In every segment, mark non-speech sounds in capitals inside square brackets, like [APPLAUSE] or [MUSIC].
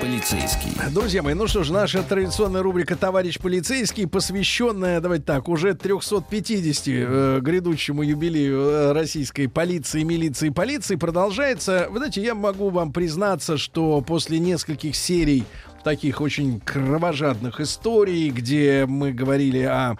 полицейский. Друзья мои, ну что ж, наша традиционная рубрика «Товарищ полицейский», посвященная, давайте так, уже 350 э, грядущему юбилею э, российской полиции, милиции, полиции, продолжается. Вы знаете, я могу вам признаться, что после нескольких серий таких очень кровожадных историй, где мы говорили о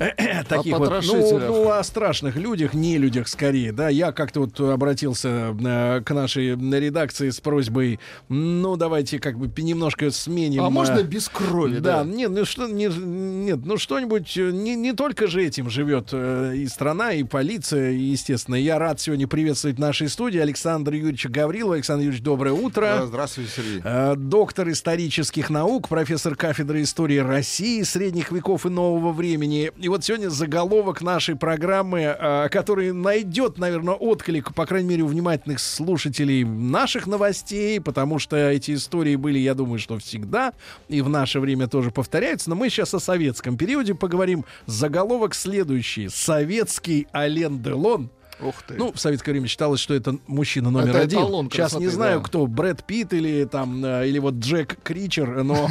э, таких вот, ну, потрошителях. ну, о страшных людях, не людях скорее, да. Я как-то вот обратился э, к нашей редакции с просьбой, ну, давайте как бы немножко сменим. А э, можно без крови, да, да? нет, ну что, не- нет, ну что-нибудь, э, не, не только же этим живет э, и страна, и полиция, и, естественно. Я рад сегодня приветствовать в нашей студии Александра Юрьевича Гаврилова. Александр Юрьевич, доброе утро. Да, Здравствуйте, Сергей. Э, доктор исторических наук, профессор кафедры истории России, средних веков и нового времени. И вот сегодня заголовок нашей программы, э, который найдет, наверное, отклик, по крайней мере, у внимательных слушателей наших новостей, потому что эти истории были, я думаю, что всегда и в наше время тоже повторяются. Но мы сейчас о советском периоде поговорим. Заголовок следующий. Советский Ален Делон Ух ты. ну, в советское время считалось, что это мужчина номер Это один. эталон Сейчас не красоты, знаю, да. кто, Брэд Питт или там, э, или вот Джек Кричер, [LAUGHS] но...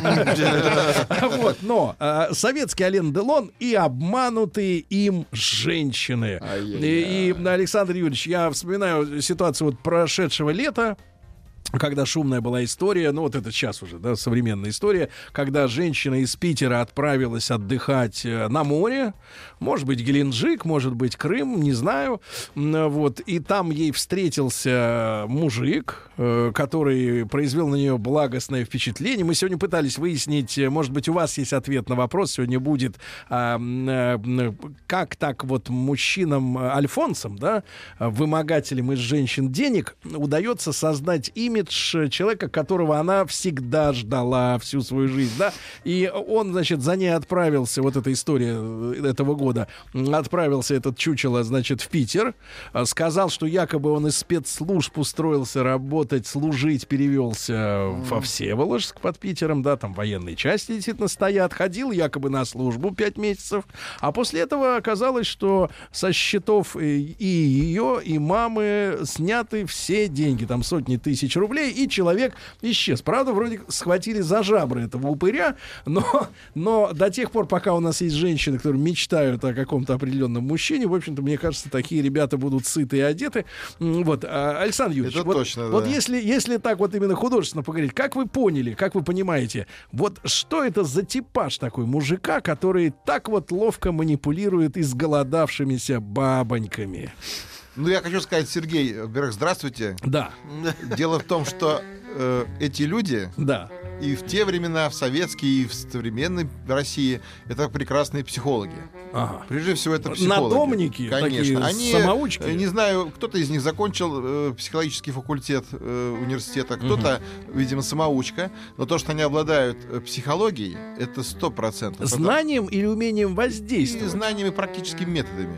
Вот, но э, советский Ален Делон и обманутые им женщины. И, и, Александр Юрьевич, я вспоминаю ситуацию вот прошедшего лета, когда шумная была история, ну вот это сейчас уже, да, современная история, когда женщина из Питера отправилась отдыхать э, на море, может быть, Геленджик, может быть, Крым, не знаю, М, вот, и там ей встретился мужик, э, который произвел на нее благостное впечатление. Мы сегодня пытались выяснить, э, может быть, у вас есть ответ на вопрос, сегодня будет, а, м, э, м, как так вот мужчинам, э, альфонсам, да, э, вымогателям из женщин денег удается создать имидж э, человека, которого она всегда ждала всю свою жизнь, да, и он, значит, за ней отправился, вот эта история э, этого года, м, отправился этот чучело, значит, в Питер, э, сказал, что якобы он из спецслужб устроился работать, служить, перевелся э, во Всеволожск под Питером, да, там военные части действительно стоят, ходил якобы на службу пять месяцев, а после этого оказалось, что со счетов э, и ее, и мамы сняты все деньги, там сотни тысяч рублей, и человек исчез. Правда, вроде схватили за жабры этого упыря, но, но до тех пор, пока у нас есть женщины, которые мечтают о каком-то определенном мужчине, в общем-то, мне кажется, такие ребята будут сыты и одеты. М, Вот, а, Александр Юрьевич, Это вот, точно, вот да. если, если так вот именно художественно поговорить, как вы поняли, как вы понимаете, вот что это за типаж такой мужика, который так вот ловко манипулирует изголодавшимися бабоньками? Ну, я хочу сказать, Сергей, во-первых, здравствуйте. Да, Дело в том, что э, эти люди да. и в те времена, в советские, и в современной России, это прекрасные психологи. Ага. Прежде всего, это психологи. Надомники такие, Конечно. Они, самоучки. э, Не знаю, кто-то из них закончил э, психологический факультет э, университета, кто-то, видимо, самоучка. Но то, что они обладают э, психологией, это сто процентов. Знанием или умением и воздействовать? знаниями, практическими методами.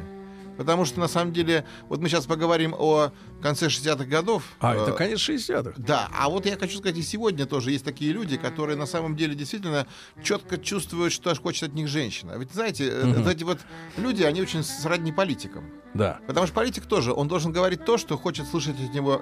Потому что, на самом деле, вот мы сейчас поговорим о конце 60-х годов. А, Э, это конец 60-х. Да, а вот я хочу сказать, и сегодня тоже есть такие люди, которые на самом деле действительно четко чувствуют, что аж хочет от них женщина. Ведь знаете, э, вот эти вот люди, они очень сродни политикам. Да. Потому что политик тоже, он должен говорить то, что хочет слышать от него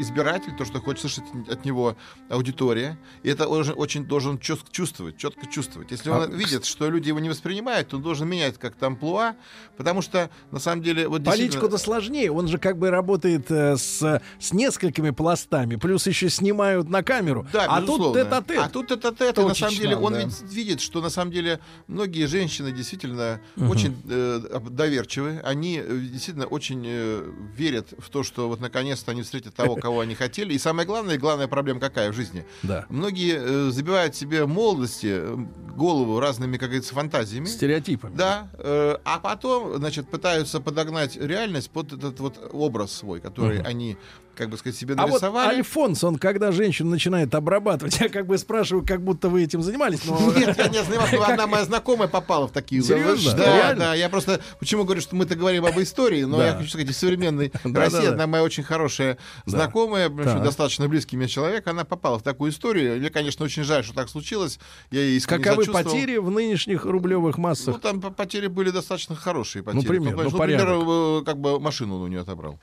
избиратель, то, что хочет слышать от него аудитория. И это он же очень должен чёс- чувствовать, четко чувствовать. Если он А, видит, что люди его не воспринимают, то он должен менять как-то амплуа, потому что, на самом деле, вот Политику-то действительно- сложнее, он же как бы работает э, с, с несколькими пластами, плюс еще снимают на камеру. Да, а тут безусловно. тет а А тут это тет на самом Точечно, деле он да. ведь видит, что на самом деле многие женщины действительно очень э, об- доверчивы, они э, действительно очень э, верят в то, что вот наконец-то они [LAUGHS] встретят того, кого они хотели. И самое главное, и главная проблема какая в жизни? Да. Многие э, забивают себе в молодости э, голову разными, как говорится, фантазиями. Стереотипами. Да, э, а потом, значит, пытаются подогнать реальность под этот вот образ свой, который они как бы сказать, себе А вот нарисовали. Альфонс, он когда женщину начинает обрабатывать, [LAUGHS] я как бы спрашиваю, как будто вы этим занимались, но... Ну, [LAUGHS] Нет, я не занимался, но одна моя знакомая попала в такие Серьезно? Да, Реально? да. Я просто почему говорю, что мы-то говорим об истории, но Да. я хочу сказать, из современной [LAUGHS] Да, России да, да. одна моя очень хорошая знакомая, в общем, Так. достаточно близкий мне человек, она попала в такую историю. Мне, конечно, очень жаль, что так случилось. Я ей искренне Каковы сочувствовал. потери в нынешних рублевых массах? Ну, там по- потери были достаточно хорошие потери. пример, В ну, том плане, что, например, э, как бы машину он у нее отобрал.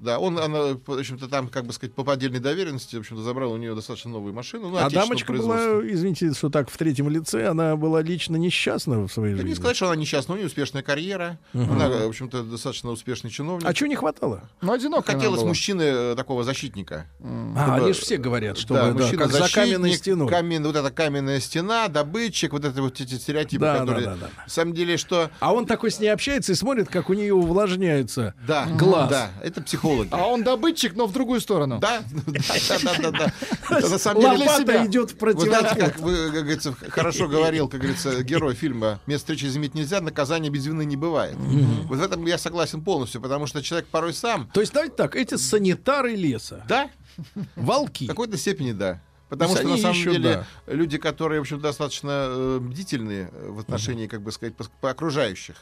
Да, он, она, в общем-то, там, как бы сказать, по поддельной доверенности, в общем-то, забрал у нее достаточно новую машину. Ну, а отечественного дамочка производства. была, извините, что так в третьем лице, она была лично несчастна в своей Да жизни. не сказать, что она несчастна, у нее успешная карьера, она, э, в общем-то, достаточно успешный чиновник. А чего не хватало? Ну, одиноко Хотелось мужчины э, такого защитника. А, они же все говорят, что ну Да, вы, да, мужчина как за каменной защитник, стеной. камен- вот эта каменная стена, добытчик, вот это вот эти стереотипы, Да, да, которые... да, да, да. На самом деле, что... А он такой с ней общается и смотрит, как у нее увлажняются. Да, Глаз. Да, это психологи. А он добытчик, но в другую сторону. Да, да, да, да, да. Это на самом деле... Лопата себя. идет в Вот знаете, противоход. как, вы, как говорится, хорошо говорил, как говорится, герой фильма «Место встречи изменить нельзя, наказание без вины не бывает». Вот в этом я согласен полностью, потому что человек порой сам... То есть, давайте так, эти санитары леса, Да, волки. В какой-то степени да. Потому То есть что на они самом ищут, деле люди, которые, в общем, достаточно э, бдительные э, в отношении, как бы сказать, пос- по окружающих.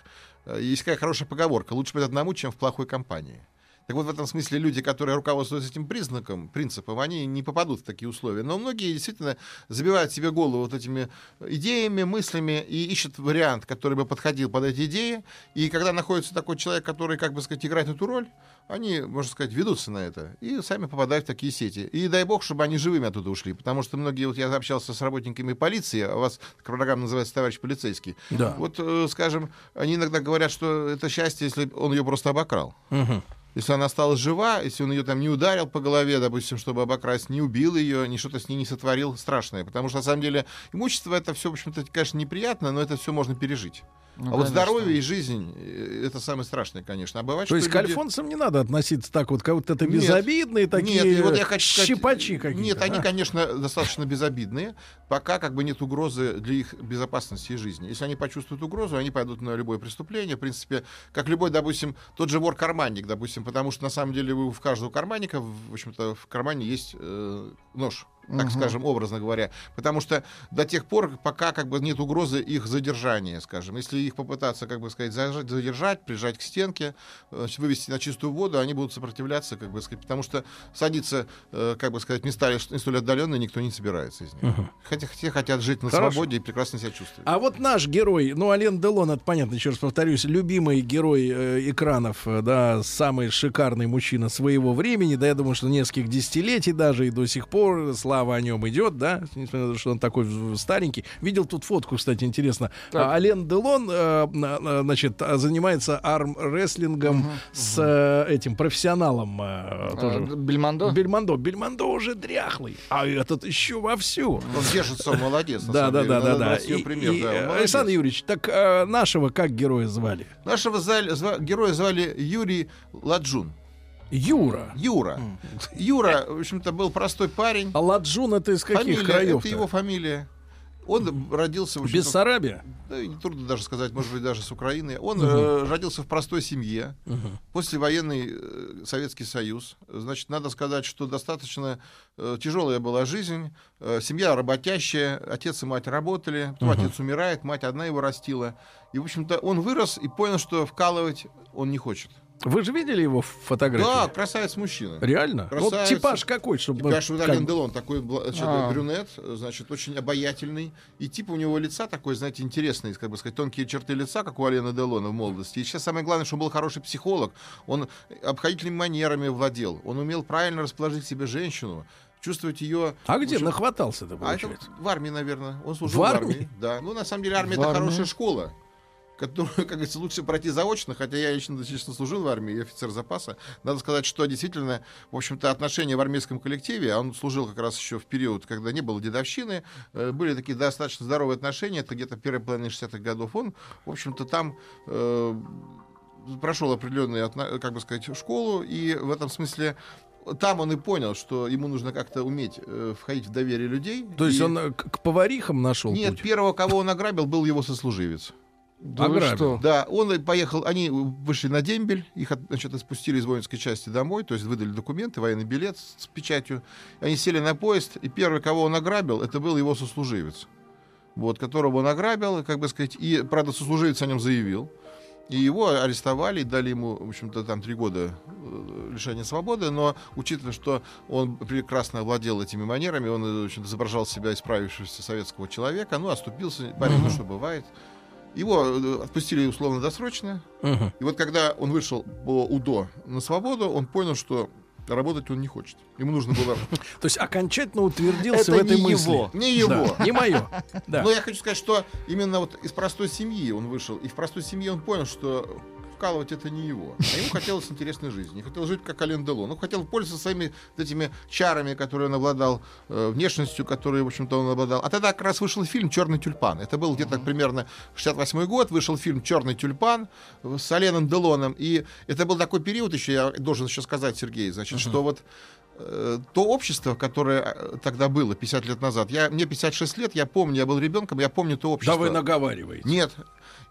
Э, Есть такая хорошая поговорка: лучше быть одному, чем в плохой компании. Так вот, в этом смысле люди, которые руководствуются этим признаком, принципом, они не попадут в такие условия. Но многие действительно забивают себе голову вот этими э, идеями, мыслями и ищут вариант, который бы подходил под эти идеи. И когда находится такой человек, который, как бы сказать, играет эту роль, они, можно сказать, ведутся на это и сами попадают в такие сети. И дай бог, чтобы они живыми оттуда ушли, потому что многие, вот я общался с работниками полиции, а у вас программа называется «Товарищ полицейский». Да. Вот, э, скажем, они иногда говорят, что это счастье, если он ее просто обокрал. Если она стала жива, если он ее там не ударил по голове, допустим, чтобы обокрасть, не убил ее, ни что-то с ней не сотворил страшное. Потому что, на самом деле, имущество это все, в общем-то, конечно, неприятно, но это все можно пережить. а вот Ну, конечно. здоровье и жизнь э, это самое страшное, конечно. А бывает, То есть что к люди- альфонсам не надо относиться так вот, как вот это Нет. безобидные такие Нет, и вот я хочу сказать, э, щипачи какие-то. Нет, они, а? конечно, достаточно безобидные, пока как бы нет угрозы для их безопасности и жизни. Если они почувствуют угрозу, они пойдут на любое преступление. В принципе, как любой, допустим, тот же вор-карманник, допустим, потому что на самом деле у в каждого карманника, в в общем-то, в кармане есть э, нож. Так скажем, образно говоря. Потому что до тех пор, пока как бы нет угрозы их задержания, скажем. Если их попытаться, как бы сказать, зажать- задержать, прижать к стенке, э, значит, вывести на чистую воду, они будут сопротивляться, как бы сказать, потому что садиться, э, как бы сказать, в места не столь отдаленные никто не собирается из них. Хотя все хотят жить на Хорошо. свободе и прекрасно себя чувствовать. А вот наш герой, ну, Ален Делон, это понятно, еще раз повторюсь, любимый герой э, экранов, э, да, самый шикарный мужчина своего времени, да, я думаю, что нескольких десятилетий даже и до сих пор слава о нем идет, да, несмотря на то, что он такой в- старенький. Видел тут фотку, кстати, интересно. А, Ален Делон, э, на- на- значит, а, занимается армрестлингом с э, этим профессионалом э, тоже. А, Бельмондо? Бельмондо. Бельмондо уже дряхлый, а этот еще вовсю. Он держится, он молодец. на Да, самом да, деле. да, ну, да, Надо да. брать с него И- пример, и, да, он э, молодец. Александр Юрьевич, так э, нашего как героя звали? Нашего зали- зва- героя звали Юрий Ладжун. Юра. Юра. Юра, в общем-то, был простой парень. А Ладжун это из каких Фамилия, краев? это его фамилия. Он родился в общем-то, в Бессарабия? Да, и трудно даже сказать, может быть, даже с Украины. Он э, родился в простой семье. Послевоенный э, Советский Союз. Значит, надо сказать, что достаточно э, тяжелая была жизнь. Э, семья работящая, отец и мать работали. Ну, отец умирает, мать одна его растила. И, в общем-то, он вырос и понял, что вкалывать он не хочет. Вы же видели его фотографии? Да, красавец мужчина. Реально? Ну, Вот Красавец. типаж какой, чтобы... И, Ну, конечно, вот как- Ален Делон такой бла- значит, А. брюнет, значит, очень обаятельный. И тип у него лица такой, знаете, интересный, как бы сказать, тонкие черты лица, как у Алена Делона в молодости. И сейчас самое главное, что он был хороший психолог. Он обходительными манерами владел. Он умел правильно расположить к себе женщину, чувствовать ее... А где в общем, нахватался-то, а это получается? в армии, наверное. Он служил В в армии? армии. Да. Ну, на самом деле, армия В это армии? хорошая школа, которую, как говорится, лучше пройти заочно, хотя я лично, честно, служил в армии, я офицер запаса. Надо сказать, что действительно, в общем-то, отношения в армейском коллективе, а он служил как раз еще в период, когда не было дедовщины, э, были такие достаточно здоровые отношения, это где-то первая половина 60-х годов. Он, в общем-то, там э, прошел определенную, отна- как бы сказать, школу, и в этом смысле там он и понял, что ему нужно как-то уметь э, входить в доверие людей. То есть И- он э, к, к поварихам нашел нет, ну путь? первого, кого он ограбил, был его сослуживец. Да вы Ограбил. что? Да, он и поехал, они вышли на дембель, их от- значит, отпустили из воинской части домой, то есть выдали документы, военный билет с, с печатью. Они сели на поезд, и первый, кого он ограбил, это был его сослуживец, вот, которого он ограбил, и, как бы сказать, и, правда, сослуживец о нем заявил. И его арестовали и дали ему, в общем-то, там три года э, лишения свободы, но учитывая, что он прекрасно овладел этими манерами, он, э, в общем-то, изображал себя исправившегося советского человека, ну, оступился, парень, ну, что бывает. Его э, отпустили условно-досрочно. Мгм. И вот когда он вышел по УДО на свободу, он понял, что работать он не хочет. Ему нужно было... То есть окончательно утвердился в Это этой не мысли. его. Не Да, его. Ну не [LAUGHS] мое. Да. Но я хочу сказать, что именно вот из простой семьи он вышел. И в простой семье он понял, что вкалывать это не его. А ему хотелось интересной жизни. Не хотел жить как Ален Делон. Он хотел пользоваться своими вот этими чарами, которые он обладал, э, внешностью, которой, в общем-то, он обладал. А тогда как раз вышел фильм «Черный тюльпан». Это был где-то примерно 68 год. Вышел фильм «Черный тюльпан» э, с Аленом Делоном. И это был такой период еще, я должен еще сказать, Сергей, значит, что вот э, то общество, которое э, тогда было 50 лет назад, я, мне 56 лет, я помню, я был ребенком, я помню то общество. Да вы наговариваете. Нет.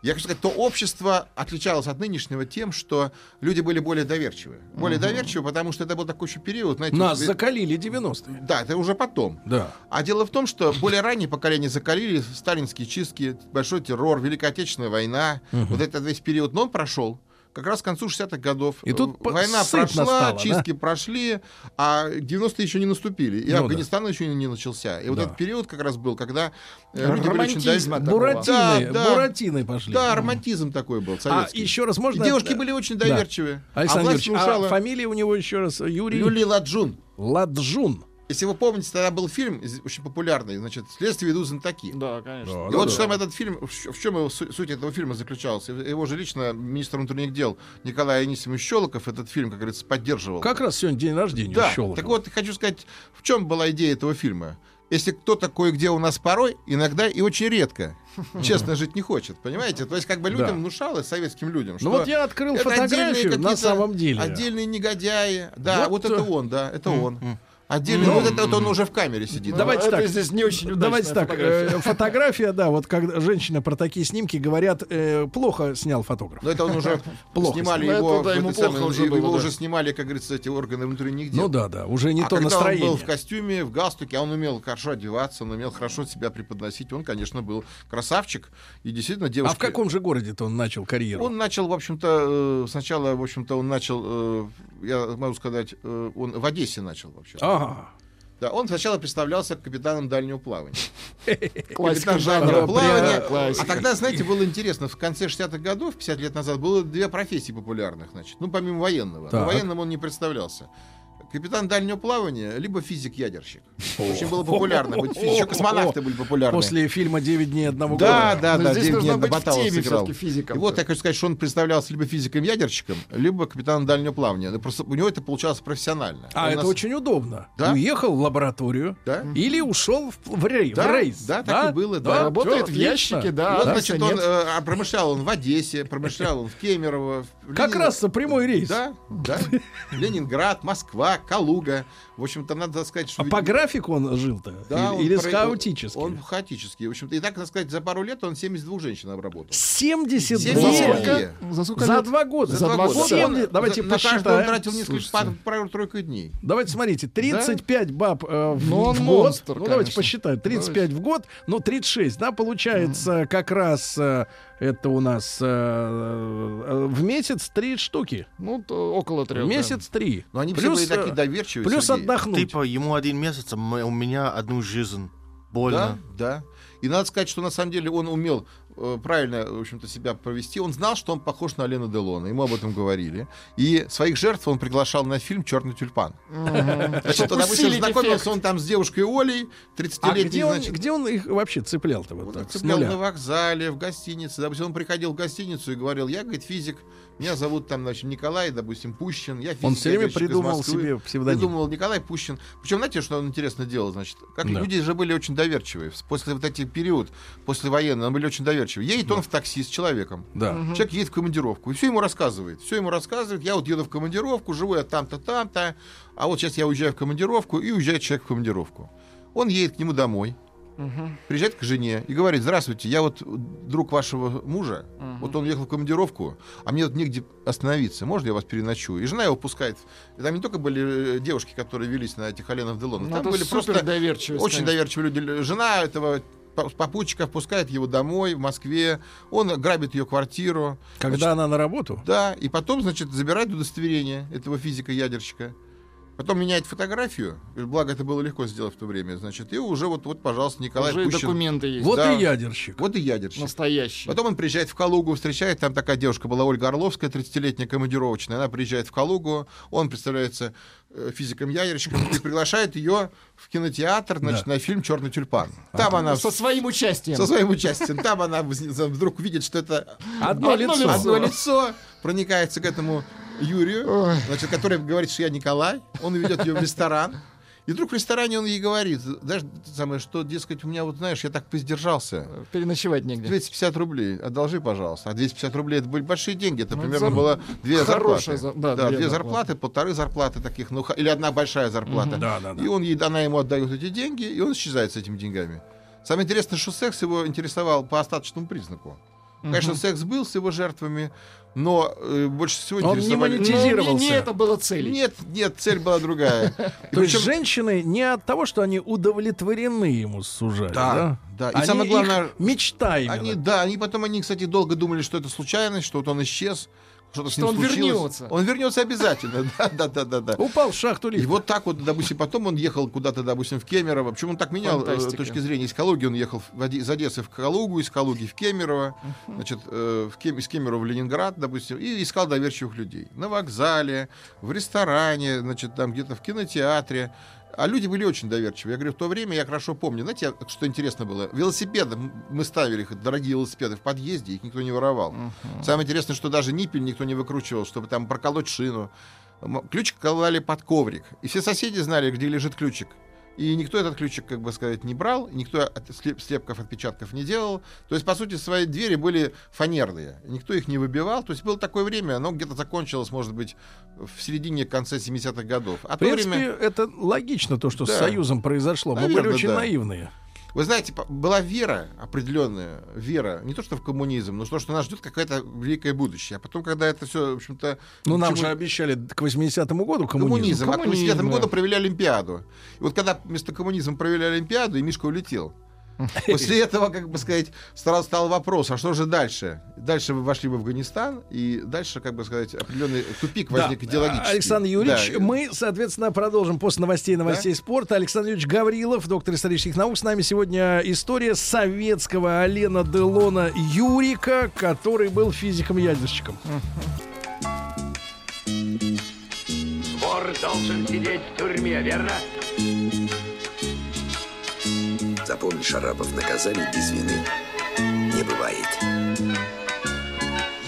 Я хочу сказать, то общество отличалось от нынешнего тем, что люди были более доверчивы. Более доверчивы, потому что это был такой еще период, знаете... Нас вот- закалили 90-е. Да, это уже потом. Да. А дело в том, что более раннее поколение закалили сталинские чистки, большой террор, Великая Отечественная война. Вот этот весь период, но он прошел. Как раз к концу 60-х годов. И тут Э, по- война сытно прошла, стало, чистки прошли, а 90-е еще не наступили. И Ну да. Афганистан еще не начался. И вот Да. этот период как раз был, когда э, люди были очень Романтизма довер- такого. Буратины, Да, да. буратины пошли. Да, романтизм такой был А советский. еще раз И можно... Девушки были очень Да. доверчивые. а Александр власть Юрьевич, а внушала фамилия у него еще раз Юрий Люли Ладжун. Ладжун. Если вы помните, тогда был фильм из- очень популярный, значит, «Следствие ведут знатоки». Да, конечно. И вот что там этот фильм, в чё- в чем его су- суть этого фильма заключалась? Его же лично министр внутренних дел Николай Анисимович Щелоков этот фильм, как говорится, поддерживал. Как раз сегодня день рождения у Да. Щелокова. Так вот, хочу сказать, в чем была идея этого фильма? Если кто-то кое-где у нас порой, иногда и очень редко, [LAUGHS] честно жить не хочет, понимаете? То есть как бы людям Да. внушалось, советским людям, ну что вот я открыл это отдельные фотографию на какие-то самом деле. Отдельные негодяи. Да, Вот, вот, э, это он, да, это он. Отдельный, вот это вот он уже в камере сидит. Давай. Ну, давайте это так. здесь не очень удачная Давайте так, фотография. э, [LAUGHS] фотография, да, вот когда женщины про такие снимки говорят, э, плохо снял фотограф. Но это он уже [LAUGHS] Плохо. снимали Ну, это его, да, в ему этой плохо самой- уже его было, да. уже снимали, как говорится, эти органы внутренних дел. Ну да, да, уже не а то когда настроение. он был в костюме, в галстуке, а он умел хорошо одеваться, он умел хорошо себя преподносить. Он, конечно, был красавчик. И действительно, а девушки... в каком же городе-то он начал карьеру? Он начал, в общем-то, э, сначала, в общем-то, он начал, э, я могу сказать, э, он в Одессе начал вообще. Ага. Да, он сначала представлялся капитаном дальнего плавания. Классика Капитан жанра жанра. плавания. прям А классика. тогда, знаете, было интересно, в конце 60-х годов, 50 лет назад, было две профессии популярных, значит, ну, помимо военного. Так. Но военным он не представлялся. Капитан дальнего плавания, либо физик-ядерщик. Очень было популярно. быть физиком. Еще космонавты были популярны. После фильма «Девять дней одного Да, года». да, Но да. Ну, здесь День нужно Дня быть в Баталова теме сыграл. всё-таки физиком. И вот я хочу сказать, что он представлялся либо физиком-ядерщиком, либо капитаном дальнего плавания. Ну, Просто у него это получалось профессионально. А Он это нас- очень удобно. Да? Уехал в лабораторию Да. или ушел в, в рей- в Да, рейс. да, так и было, да. всё, Работает в отлично. ящике, да. Вот, а значит, офиса он нет. э, а промышлял он в Одессе, промышлял он в Кемерово. в Как Ленинграде. раз прямой рейс. Да, да. Ленинград, Москва, Калуга. В общем-то, надо сказать, что... А по видимо, графику он жил-то? да, или он или с про- хаотически? Он хаотический. В общем-то, и так, надо сказать, за пару лет он 72 женщин обработал. 72 За 72. за, Е. сколько? За сколько лет? два года. За два года. Семь Он лет. Давайте за- на каждую посчитаем. он тратил несколько, Слушайте. пар- пару-тройку дней. Давайте смотрите, 35 баб э, в, Ну, он в год. монстр, ну, давайте конечно. посчитаем. 35 в год, ну, 36, да, получается, как раз э, это у нас э, э, в месяц 3 штуки. Ну, то около трех. В месяц 3. Но они все были такие доверчивые. э, Плюс Сергей. отдохнуть. Типа, ему один месяц, а м- у меня одну жизнь. Да, Больно. да. И надо сказать, что на самом деле он умел э, правильно, в общем-то, себя провести. Он знал, что он похож на Лена Делона. Ему об этом говорили. И своих жертв он приглашал на фильм «Черный тюльпан». Значит, он обычно Усилить эффект. знакомился он там с девушкой Олей, А 30-летней, где он, значит. где он их вообще цеплял-то вот Он так, их с цеплял нуля? на вокзале, в гостинице. Допустим, он приходил в гостиницу и говорил, я, говорит, физик, меня зовут там, значит, Николай, допустим, Пущин. Я физик, Он все время ядерщик из придумал Москвы». себе псевдоним. Придумал Николай Пущин. Причем, знаете, что он интересно делал, значит? Как Да. люди же были очень доверчивые. После вот этих период, после военного, были очень доверчивы. Едет он в такси с человеком. Да. Человек едет в командировку, и все ему рассказывает. Все ему рассказывает, я вот еду в командировку, живу я там-то, там-то, а вот сейчас я уезжаю в командировку, и уезжает человек в командировку. Он едет к нему домой, приезжает к жене и говорит, здравствуйте, я вот друг вашего мужа, вот он уехал в командировку, а мне вот негде остановиться, можно я вас переночую? И жена его пускает. И там не только были э, девушки, которые велись на этих Оленов Делон, Ну, там это были супер просто доверчивость, очень конечно. доверчивые люди. Жена этого по- попутчика впускает его домой в Москве, он грабит ее квартиру. Когда Значит, она на работу? да, и потом, значит, забирает удостоверение этого физика-ядерщика. Потом меняет фотографию, и благо это было легко сделать в то время, значит, и уже вот, вот пожалуйста, Николай Уже и Пущин. документы есть. Вот да. и ядерщик. Вот и ядерщик. Настоящие. Потом он приезжает в Калугу, встречает, там такая девушка была, Ольга Орловская, 30-летняя командировочная, она приезжает в Калугу, он представляется э, физиком-ядерщиком и приглашает ее в кинотеатр, значит, на фильм «Черный тюльпан». Там она Со со своим участием. своим участием, там она вз- вдруг видит, что это Одно, Одно лицо. лицо. Одно лицо проникается к этому Юрию, значит, который говорит, что я Николай. Он ведет ее в ресторан. И вдруг в ресторане он ей говорит, знаешь, самое, что, дескать, у меня вот, знаешь, я так поиздержался. Переночевать негде. 250 рублей одолжи, пожалуйста. А 250 рублей это были большие деньги. Это Ну, примерно зар- было две зарплаты. хорошая зар- да, две две зарплаты. зарплаты, полторы зарплаты таких, ну, ха- или одна большая зарплата. Да, да, да. И он ей, она ему отдает эти деньги, и он исчезает с этими деньгами. Самое интересное, что секс его интересовал по остаточному признаку. Конечно, секс был с его жертвами, но э, больше всего Он не интересовали... Но не, не Монетизировался. это было целью. Нет, нет, цель [LAUGHS] была другая. И То есть причем- женщины не от того, что они удовлетворены ему сужали, да? Да, да. И Они- самое главное, их мечта именно. Они, да, они потом, они, кстати, долго думали, что это случайность, что вот он исчез, что-то с Что ним он случилось. вернется. Он вернется обязательно, [LAUGHS] да, да, да, да, да. Упал в шахту И лифт. вот так вот, допустим, потом он ехал куда-то, допустим, в Кемерово. Почему он так менял э, Фантастика. точки зрения? Из Калуги он ехал в Оде- из Одессы в Калугу, из Калуги в Кемерово, значит, э, в Кем- из Кемерово в Ленинград, допустим, и искал доверчивых людей. На вокзале, в ресторане, значит, там где-то в кинотеатре. А люди были очень доверчивы. Я говорю, в то время я хорошо помню. Знаете, я- что интересно было? Велосипеды, м, мы ставили их, дорогие велосипеды, в подъезде, их никто не воровал. Самое интересное, что даже ниппель никто не выкручивал, чтобы там проколоть шину. М- Ключик клали под коврик. И все соседи знали, где лежит ключик. И никто этот ключик, как бы сказать, не брал, и никто от- слеп- слепков, отпечатков не делал. То есть, по сути, свои двери были фанерные. Никто их не выбивал. То есть было такое время, оно где-то закончилось, может быть, в середине-конце 70-х годов. А В то принципе, время... это логично, то, что с Да. Союзом произошло. Мы Наверное, были очень да. наивные. Вы знаете, по- была вера определенная, вера, не то что в коммунизм, но то, что нас ждет какое-то великое будущее. А потом, когда это все, в общем-то... Ну, ни к нам чему же обещали к 80-му году коммунизм. коммунизм. А к Коммунизм, 80 да. году провели Олимпиаду. И вот когда вместо коммунизма провели Олимпиаду, и [LAUGHS] Мишка улетел. После этого, как бы сказать, стал, стал вопрос, а что же дальше? Дальше вы вошли в Афганистан, и дальше, как бы сказать, определенный тупик Да. возник идеологический. Александр Юрьевич, Да. мы, соответственно, продолжим после новостей новостей спорта. Александр Юрьевич Гаврилов, доктор исторических наук. С нами сегодня история советского Алена Делона Юрика, который был физиком-ядерщиком. Вор должен сидеть в тюрьме, верно? Запомни, Шарапов, наказали без вины не бывает.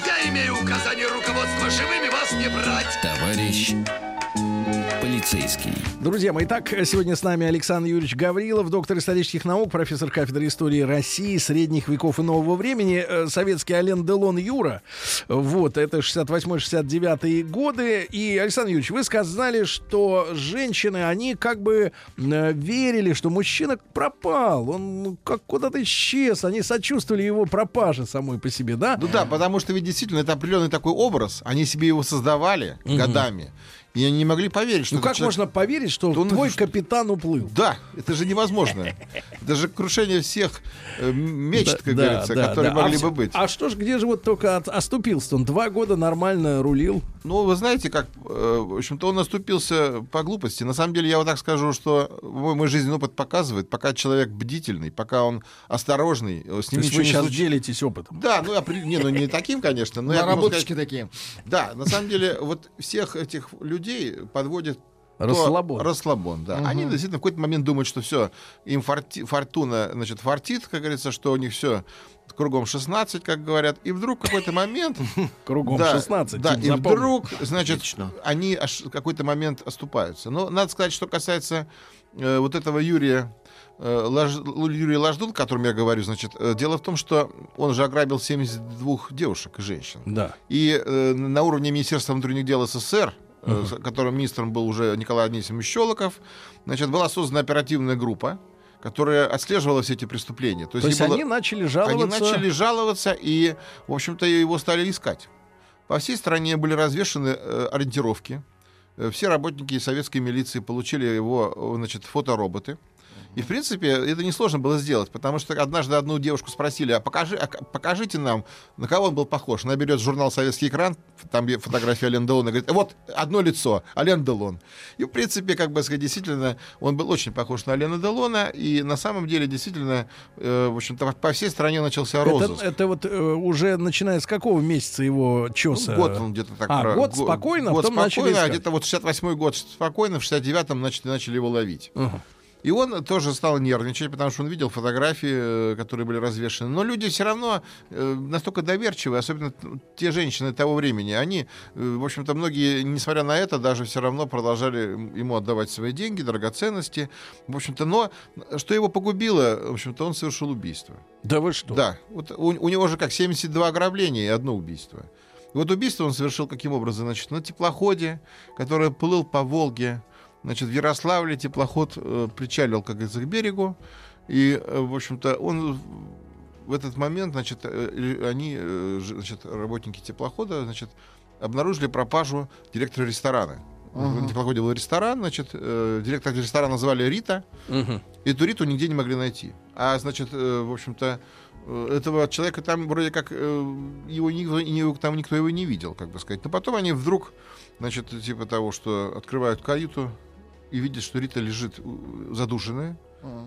Я имею указание руководства живыми вас не брать. Товарищ полицейский. Друзья мои, итак, сегодня с нами Александр Юрьевич Гаврилов, доктор исторических наук, профессор кафедры истории России, средних веков и нового времени, э, советский Ален Делон Юра. Вот, это 68-69 годы. И, Александр Юрьевич, вы сказали, что женщины, они как бы э, верили, что мужчина пропал, он ну, как куда-то исчез, они сочувствовали его пропаже самой по себе, да? Ну да, потому что ведь действительно это определенный такой образ. Они себе его создавали годами. И они не могли поверить, что Ну этот как человек- можно поверить, что Да он- твой капитан уплыл? Да, это же [LAUGHS] невозможно. Это же крушение всех э, мечт, как Да, говорится, да, которые да. могли А бы с- быть. А что ж, где же вот только от- оступился он? Два года нормально рулил. Ну, вы знаете, как, э, в общем-то, он наступился по глупости. На самом деле, я вот так скажу, что мой, мой жизненный опыт показывает, пока человек бдительный, пока он осторожный, э, с То ним есть ничего вы не сейчас случится. делитесь опытом. Да, ну, опре- не, ну не таким, конечно, но я могу Наработочки сказать- такие. Да, на самом деле, вот всех этих людей подводит то- Расслабон. расслабон, да. Они действительно в какой-то момент думают, что все, им форти- фортуна, значит, фартит, как говорится, что у них все кругом 16, как говорят, и вдруг в какой-то момент Кругом 16. да, Тим, и запомни. вдруг, значит, Отлично. они аж в какой-то момент оступаются. Но надо сказать, что касается э, вот этого Юрия, э, Лож- Лу- Юрия Лождун, о котором я говорю, значит, э, дело в том, что он же ограбил 72 девушек и женщин. Да. И э, на уровне Министерства внутренних дел СССР, э, с которым министром был уже Николай Анисимович Щелоков, значит, была создана оперативная группа, которая отслеживала все эти преступления. То есть не было- они начали жаловаться. Они начали жаловаться, и, в общем-то, его стали искать. По всей стране были развешаны э, ориентировки. Э, Все работники советской милиции получили его, э, значит, фотороботы. И, в принципе, это несложно было сделать, потому что однажды одну девушку спросили, а, покажи, а к- покажите нам, на кого он был похож. Она берет журнал «Советский экран», там где фотография Ален Делона, говорит, вот одно лицо, Ален Делон. И, в принципе, как бы сказать, действительно, он был очень похож на Алена Делона, и на самом деле, действительно, э, в общем-то, по всей стране начался розыск. Это, это вот э, уже начиная с какого месяца его чеса? Ну, год он где-то так. А, про- год го- спокойно, а год потом начали спокойно, а искать. где-то вот 68-й год спокойно, в 69-м начали, начали его ловить. Ага. И он тоже стал нервничать, потому что он видел фотографии, э, которые были развешены. Но люди все равно э, настолько доверчивы, особенно т- те женщины того времени, они, э, в общем-то, многие, несмотря на это, даже все равно продолжали м- ему отдавать свои деньги, драгоценности. В общем-то, но э, что его погубило, в общем-то, он совершил убийство. Да вы что? Да. Вот у, у него же как 72 ограбления и одно убийство. И вот убийство он совершил каким образом? Значит, на теплоходе, который плыл по Волге. Значит, в Ярославле теплоход э, причалил, как говорится, к берегу. И, э, в общем-то, он в этот момент, значит, э, или они, э, ж- значит, работники теплохода, значит, обнаружили пропажу директора ресторана. На теплоходе был ресторан, значит, э, директор ресторана звали Рита. Мгм. Эту Риту нигде не могли найти. А значит, э, в общем-то, э, этого человека там вроде как э, его никто, и не- там никто его не видел, как бы сказать. Но потом они вдруг, значит, типа того, что открывают каюту и видят, что Рита лежит у- задушенная,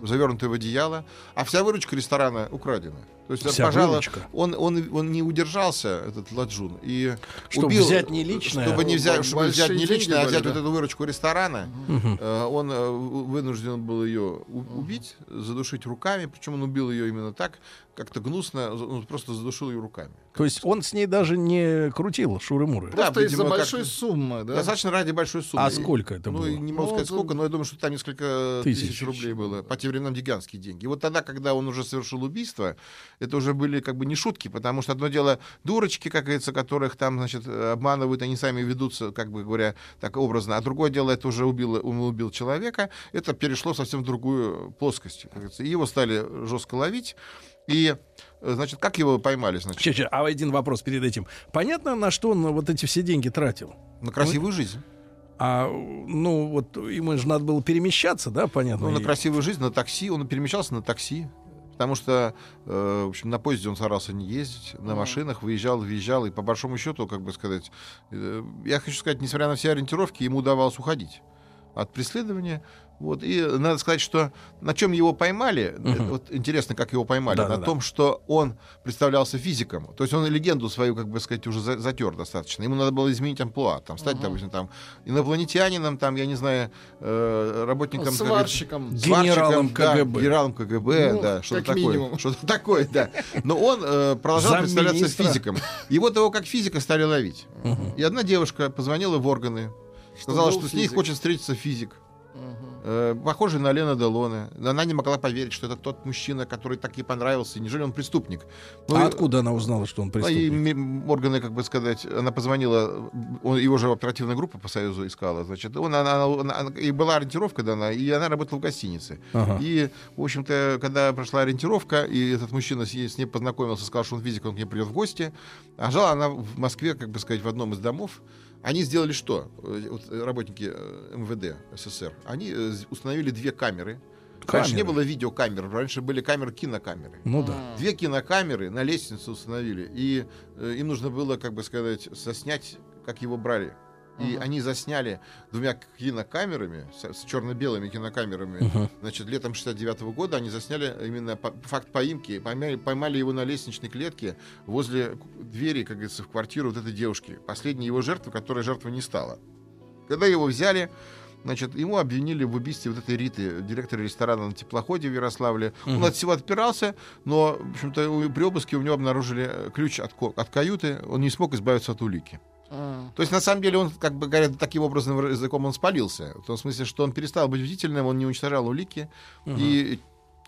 завернутая в одеяло, а вся выручка ресторана украдена. То есть, Вся пожалуй, выручка? он, он, он не удержался, этот Ладжун, и Чтобы убил- взять не личное. чтобы не взять, чтобы Большие взять не деньги личное, а были, взять да. вот эту выручку ресторана. Мгм. Э, Он э, у- вынужден был ее у- убить, задушить руками, причем он убил ее именно так, как-то гнусно, за- он просто задушил ее руками. То есть он с ней даже не крутил шуры-муры. Да, Просто из-за видимо, как- большой суммы, да? Достаточно ради большой суммы. А И- сколько это ну, было? и не могу Ну, сказать это- сколько, но я думаю, что там несколько Тысяч. тысяч, рублей было. По тем временам гигантские деньги. И вот тогда, когда он уже совершил убийство, это уже были как бы не шутки, потому что одно дело дурочки, как говорится, которых там, значит, э, обманывают, они сами ведутся, как бы говоря, так образно. А другое дело, это уже убило, он убил человека, это перешло совсем в другую плоскость. Как говорится. И его стали жестко ловить. И, э, значит, как его поймали, значит, Ча-ча, а один вопрос перед этим. Понятно, на что он вот эти все деньги тратил? на красивую жизнь. А, ну, вот ему же надо было перемещаться, да, понятно? Ну, на И- красивую жизнь, на такси. Он перемещался на такси. Потому что, э, в общем, на поезде он старался не ездить, на машинах выезжал, въезжал, и по большому счету, как бы сказать, э, я хочу сказать, несмотря на все ориентировки, ему удавалось уходить от преследования. Вот, и надо сказать, что на чем его поймали, э, вот интересно, как его поймали, на Да-да-да. том, что он представлялся физиком. То есть он легенду свою, как бы сказать, уже за- затер достаточно. Ему надо было изменить амплуа, там, стать, допустим, там, инопланетянином, там, я не знаю, э, работником... как говорится, Сварщиком. Генералом Сварщиком, да, КГБ. генералом КГБ, Ну, да, что-то как такое. минимум. Что-то такое, да. Но он э, продолжал Замминистра. представляться физиком. И вот его как физика стали ловить. И одна девушка позвонила в органы, сказала, был что с ней физик. хочет встретиться физик. Мгм. э, Похожий на Лена Делона. Она не могла поверить, что это тот мужчина, который так ей понравился. Неужели он преступник? Ну, а и- откуда она узнала, что он ну, преступник? И ми- органы, как бы сказать, она позвонила, он- его же оперативная группа по Союзу искала, значит, он, она, она- она- и была ориентировка дана, и она работала в гостинице. Ага. И, в общем-то, когда прошла ориентировка, и этот мужчина с, ней- с ней познакомился, сказал, что он физик, он к ней придет в гости, а жила она в Москве, как бы сказать, в одном из домов, они сделали что? Э, вот, э, работники э, МВД СССР. Они э, с- установили две камеры. Раньше Камеры. не было видеокамер, раньше были камеры кинокамеры. Ну да. Две кинокамеры на лестницу установили, и э, им нужно было, как бы сказать, соснять, как его брали. И они засняли двумя кинокамерами, с, черно-белыми кинокамерами. Значит, летом 69 года они засняли именно по- факт поимки, поймали, поймали его на лестничной клетке возле к- двери, как говорится, в квартиру вот этой девушки. Последней его жертвы, которая жертва не стала. Когда его взяли, значит, ему обвинили в убийстве вот этой Риты, директора ресторана на теплоходе в Ярославле. Он от всего отпирался, но, в общем-то, у- при обыске у него обнаружили э, ключ от, ко- от каюты, он не смог избавиться от улики. М. То есть, на самом деле, он, как бы говоря, таким образом э, выра- языком он спалился. В том смысле, что он перестал быть бдительным, он не уничтожал улики. И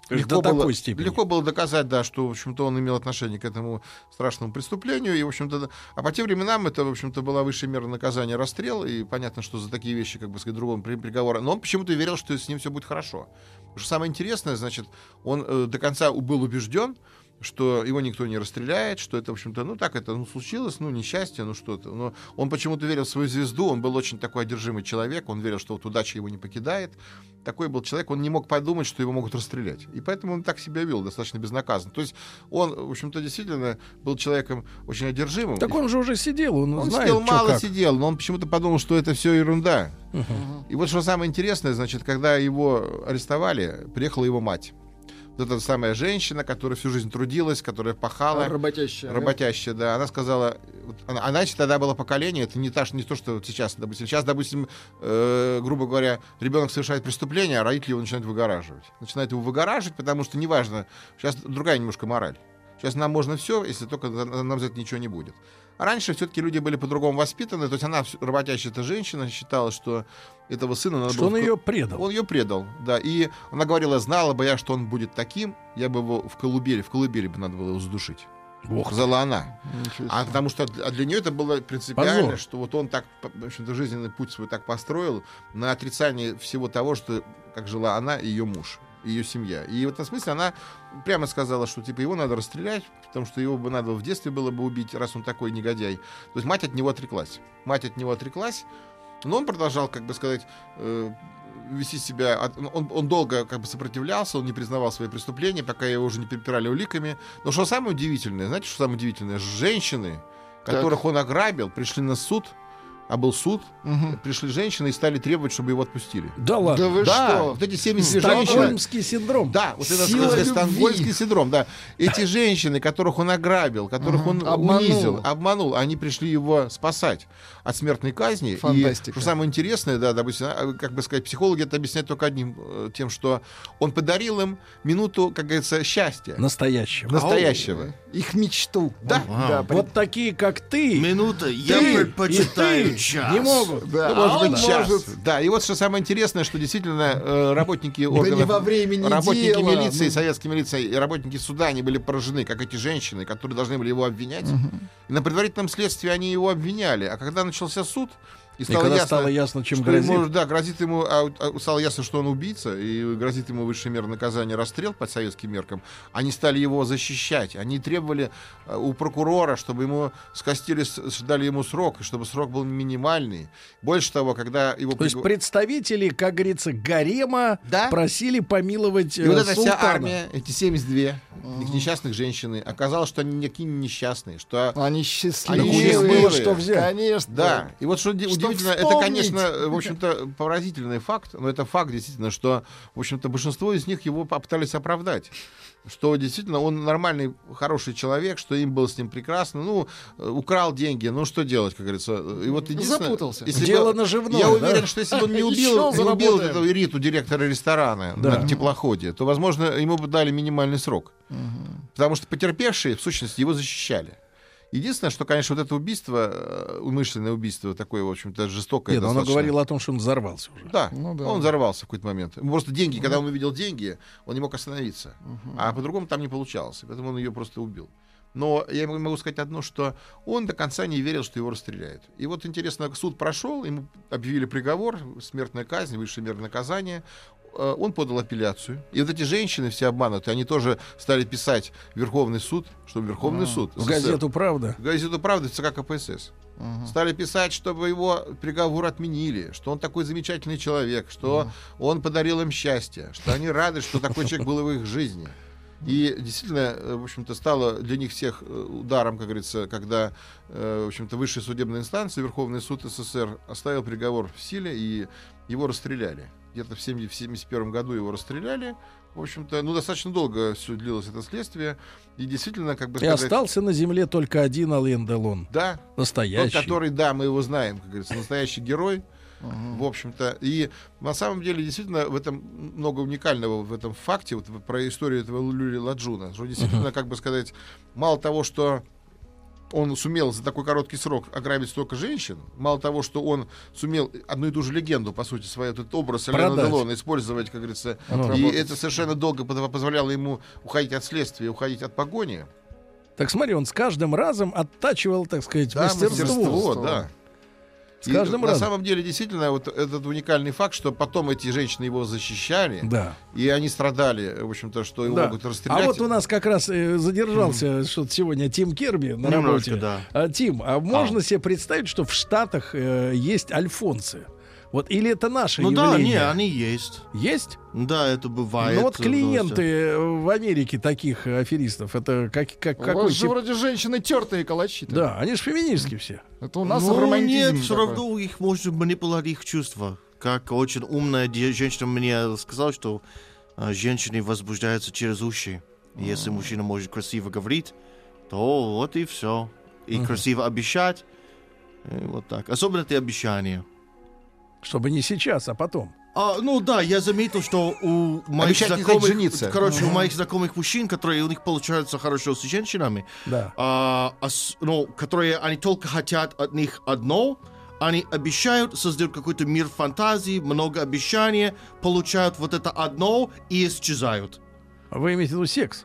то есть легко до было, такой степени. Легко было доказать, да, что, в общем-то, он имел отношение к этому страшному преступлению. И, в общем-то, да. а по тем временам это, в общем-то, была высшая мера наказания расстрел. И понятно, что за такие вещи, как бы сказать, другого при- приговора. Но он почему-то верил, что с ним все будет хорошо. Потому что самое интересное, значит, он э, до конца у- был убежден, что его никто не расстреляет, что это, в общем-то, ну так это, ну случилось, ну несчастье, ну что-то. Но он почему-то верил в свою звезду, он был очень такой одержимый человек, он верил, что вот удача его не покидает. Такой был человек, он не мог подумать, что его могут расстрелять. И поэтому он так себя вел, достаточно безнаказанно. То есть он, в общем-то, действительно был человеком очень одержимым. Так он же уже сидел, он, А. Он Ну, знает, сидел чё мало как. сидел, но он почему-то подумал, что это все ерунда. Мгм. И вот что самое интересное, значит, когда его арестовали, приехала его мать. Вот эта самая женщина, которая всю жизнь трудилась, которая пахала. Работящая. да? Работящая, да. Она сказала, вот она, она, значит, тогда было поколение, это не, та, ж- не то, что вот сейчас, допустим. Сейчас, допустим, э, грубо говоря, ребенок совершает преступление, а родители его начинают выгораживать. Начинают его выгораживать, потому что неважно, сейчас другая немножко мораль. Сейчас нам можно все, если только за- за- нам за это ничего не будет. А раньше все-таки люди были по-другому воспитаны, то есть она, всё- работящая эта женщина, считала, что этого сына надо Что было он в ко- ее предал. он ее предал, да. И она говорила, знала бы я, что он будет таким, я бы его в колыбели, в колыбели бы надо было его задушить. Ох. Сказала она. Ничего А себе. потому что для, а для нее это было принципиально, Позор. что вот он так, по- в общем-то, жизненный путь свой так построил на отрицании всего того, что как жила она и ее муж, и ее семья. И в этом смысле она прямо сказала, что типа его надо расстрелять, потому что его бы надо в детстве было бы убить, раз он такой негодяй. То есть мать от него отреклась. Мать от него отреклась, но он продолжал, как бы сказать, э, вести себя... от- он, он долго как бы сопротивлялся, он не признавал свои преступления, пока его уже не перепирали уликами. Но что самое удивительное, знаете, что самое удивительное? Женщины, которых он ограбил, пришли на суд, а был суд, Мгм. пришли женщины и стали требовать, чтобы его отпустили. Да Да ладно. вы да, что? вот эти 70 женщин... Стокгольмский синдром. Да, вот это Сила сказать, любви. стокгольмский синдром, да. Эти женщины, которых он ограбил, которых он Обманул. унизил, обманул, они пришли его спасать от смертной казни. Фантастика. И что самое интересное, да, допустим, а, как бы сказать, психологи это объясняют только одним э, тем, что он подарил им минуту, как говорится, счастья Настоящего. настоящего. Их мечту. Да. Он- да, при- Вот такие, как ты, Минута, я ты и предпочитаю ты час. не могут. да. Ну, А может он быть, час. может- Да, и вот что самое интересное, что действительно э, работники Да органов... не во времени Работники дела. милиции, Ну, советской милиции и работники суда, они были поражены, как эти женщины, которые должны были его обвинять. И на предварительном следствии они его обвиняли. А когда начался суд, и И стало когда ясно, стало ясно, чем что грозит. ему, да, грозит ему, а, а, стало ясно, что он убийца, и грозит ему высшая мера наказания расстрел по советским меркам, они стали его защищать. Они требовали а, у прокурора, чтобы ему скостили, с- дали ему срок, и чтобы срок был минимальный. Больше того, когда его... То есть пригла- представители, как говорится, гарема Да. просили помиловать И вот э, эта вся султана. армия, эти 72 их несчастных женщины, оказалось, что они никакие не несчастные, что... Они счастливые. Они у них было что взять. Конечно. Да, и вот что, ди- э, Что удивительно, это, вспомнить? конечно, э, в общем-то, поразительный факт, но это факт, действительно, что, в общем-то, большинство из них его попытались оправдать. Что действительно он нормальный, хороший человек, что им было с ним прекрасно. Ну, э, украл деньги, ну что делать, как говорится. И вот единственное, Запутался. если бы- Дело наживное, Я да? уверен, что если бы он не убил, Еще не убил заработаем. этого Риту, директора ресторана Да. на теплоходе, то, возможно, ему бы дали минимальный срок. Потому что потерпевшие, в сущности, его защищали. Единственное, что, конечно, вот это убийство, э, умышленное убийство, такое, в общем-то, жестокое. Нет, ну, она достаточно. говорила о том, что он взорвался уже. Да, Ну да. он взорвался в какой-то момент. Просто деньги, когда он увидел деньги, он не мог остановиться. А по-другому там не получалось. и Поэтому он ее просто убил. Но я могу- могу сказать одно, что он до конца не верил, что его расстреляют. И вот интересно, суд прошел, ему объявили приговор, смертная казнь, высшее мерное наказание. Э, Он подал апелляцию. И вот эти женщины все обмануты, они тоже стали писать в Верховный суд, что Верховный суд. В СССР. газету «Правда». В газету «Правда» ЦК КПСС. Мгм. Стали писать, чтобы его приговор отменили, что он такой замечательный человек, что он подарил им счастье, что они рады, что такой человек был в их жизни. И действительно, э, в общем-то, стало для них всех э, ударом, как говорится, когда, э, в общем-то, высшая судебная инстанция, Верховный суд СССР, оставил приговор в силе, и его расстреляли. Где-то в 1971 году его расстреляли. В общем-то, ну, достаточно долго все длилось это следствие. И действительно, как И бы... сказать, остался на земле только один Ален Делон. Да, Настоящий. тот, который, да, мы его знаем, как говорится, настоящий герой. В общем-то, и на самом деле действительно в этом много уникального в этом факте, вот про историю этого Люли Ладжуна, что действительно, как бы сказать, мало того, что он сумел за такой короткий срок ограбить столько женщин, мало того, что он сумел одну и ту же легенду, по сути, свой этот образ Алена Продать. Делона использовать, как говорится, и Отработать. это совершенно долго под- позволяло ему уходить от следствия, уходить от погони. Так смотри, он с каждым разом оттачивал, так сказать, мастерство. мастерство, да. С каждым на разом. самом деле, действительно, вот этот уникальный факт, что потом эти женщины его защищали, Да. и они страдали, в общем-то, что его Да. могут расстрелять. А вот у нас как раз э, задержался что-то сегодня Тим Керби на Немножко, работе. да. А, Тим, а можно себе представить, что в Штатах э, есть альфонсы? Вот или это наши Ну да, не, явление? они есть. Есть? Да, это бывает. ну вот э, клиенты э, в Америке таких э, аферистов, это как, как, У какой вас же тип? вроде женщины тертые калачи. Да, они же феминистки все. Это у нас ну, романтизм нет, все такой. равно их можно манипулировать их чувства. Как очень умная де- женщина мне сказала, что э, женщины возбуждаются через уши. И Если А. мужчина может красиво говорить, то вот и все. И красиво обещать. И вот так. Особенно ты обещания. Чтобы не сейчас, а потом. А, ну да, я заметил, что у моих Обещать не значит знакомых, жениться. короче, у моих знакомых мужчин, которые у них получаются хорошо с женщинами, Да. а, ос- ну, которые они только хотят от них одно, они обещают, создают какой-то мир фантазии, много обещаний, получают вот это одно и исчезают. Вы имеете в виду секс?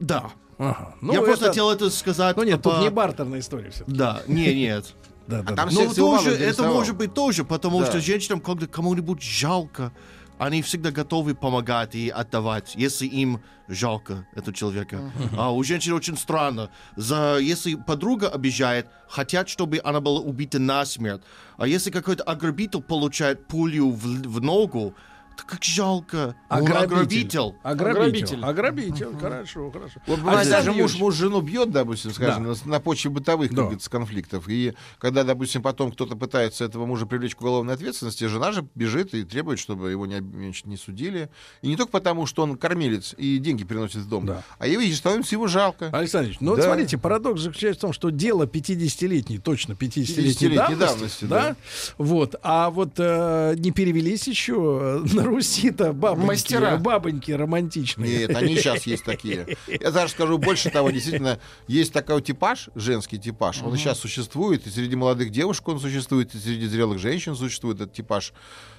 Да. Ага. Ну, я просто это- хотел это сказать. Ну нет, тут по- не бартерная история все. Да, не, нет. Да, да, А да. там всех Ну, всего мало тоже, это интересовало. может быть тоже, потому Да. что женщинам, когда кому-нибудь жалко, они всегда готовы помогать и отдавать, если им жалко этого человека. А у женщин очень странно. За, если подруга обижает, хотят, чтобы она была убита насмерть. А если какой-то ограбитель получает пулю в, л- в ногу, так как жалко. Он ограбитель. Ограбитель. Ограбитель. Ограбитель, хорошо, хорошо. Вот бывает, Александр даже А муж, Юрьевич. муж жену бьет, допустим, скажем, Да. на, на почве бытовых, как Да. говорится, конфликтов. И когда, допустим, потом кто-то пытается этого мужа привлечь к уголовной ответственности, жена же бежит и требует, чтобы его не, об- значит, не судили. И не только потому, что он кормилец и деньги приносит в дом, Да. а его и становится его жалко. Александр Ильич, ну вот Да. смотрите, парадокс заключается в том, что дело 50-летней, точно 50-летней 50-летней давности, давности, да? да. вот, а вот э, не перевелись еще э, на Руси-то бабоньки, Мастера. бабоньки романтичные. [LAUGHS] Нет, они сейчас есть такие. Я даже скажу больше того, действительно, есть такой типаж, женский типаж, он сейчас существует, и среди молодых девушек он существует, и среди зрелых женщин существует этот типаж.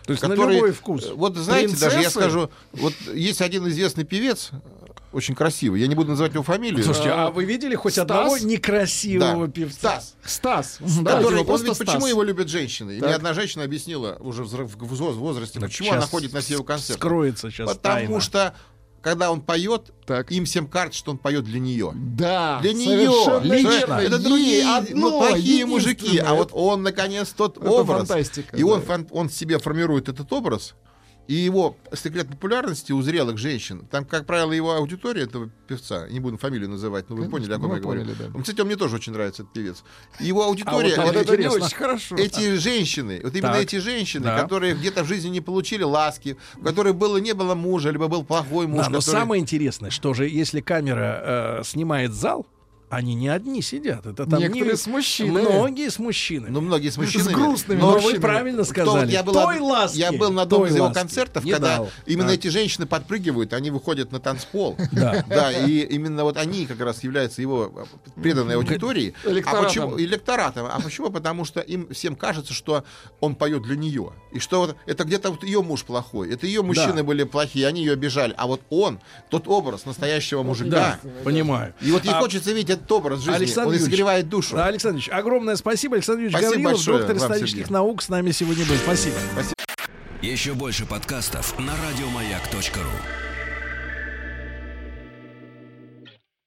То есть на любой вкус. э, Вот знаете, даже я Принцессы? скажу, вот есть один известный певец, э, очень красивый, я не буду называть его фамилию. Слушайте, а вы видели хоть Стас? одного некрасивого Да. певца? Стас. Стас. Да, Который, его он просто ведь почему Стас. его любят женщины? И Так. мне одна женщина объяснила уже взро- в воз- возрасте, почему Ну, Щас она ходит на все его концерты. Скроется сейчас Потому тайна. что, когда он поет, Так. им всем кажется, что он поет для нее. Да. Для нее. лично. Это другие одно, ну, плохие мужики. единственное. А вот он, наконец, тот Это образ. фантастика, и он, да. фан- он себе формирует этот образ. И его секрет популярности у зрелых женщин, там, как правило, его аудитория этого певца, не буду фамилию называть, но вы Конечно, поняли, о ком мы я говорю. поняли, да. Кстати, он мне тоже очень нравится, этот певец. Его аудитория, А вот это вот эти- не Интересно. очень хорошо. эти женщины, вот именно Так. эти женщины, Да. которые где-то в жизни не получили ласки, у которых было, не было мужа, либо был плохой Да, муж, но который- самое интересное, что же, если камера э, снимает зал, они не одни сидят. Это там Некоторые не- с мужчинами. Многие с мужчинами. Ну, многие с мужчинами. грустными Но вы мужчинами. правильно Кто вот сказали. я, был, той од- ласки. я был на одном той из его ласки. концертов, Не когда дал. именно Да. эти женщины подпрыгивают, они выходят на танцпол. [LAUGHS] Да. и именно вот они как раз являются его э, преданной аудиторией. Электоратом. А почему, электоратом. А почему? Потому что им всем кажется, что он поет для нее. И что вот это где-то вот ее муж плохой. Это ее мужчины Да. были плохие, они ее обижали. А вот он, тот образ настоящего Да, мужика. понимаю. И вот ей А- хочется видеть этот образ жизни. Александр он Юрьевич. изогревает душу. Да, Александр Ильич, огромное спасибо. Александр Ильич Спасибо Гаврилов, большое доктор вам, исторических Сергей. наук, с нами сегодня был. Спасибо. Еще больше подкастов на радиомаяк.ру.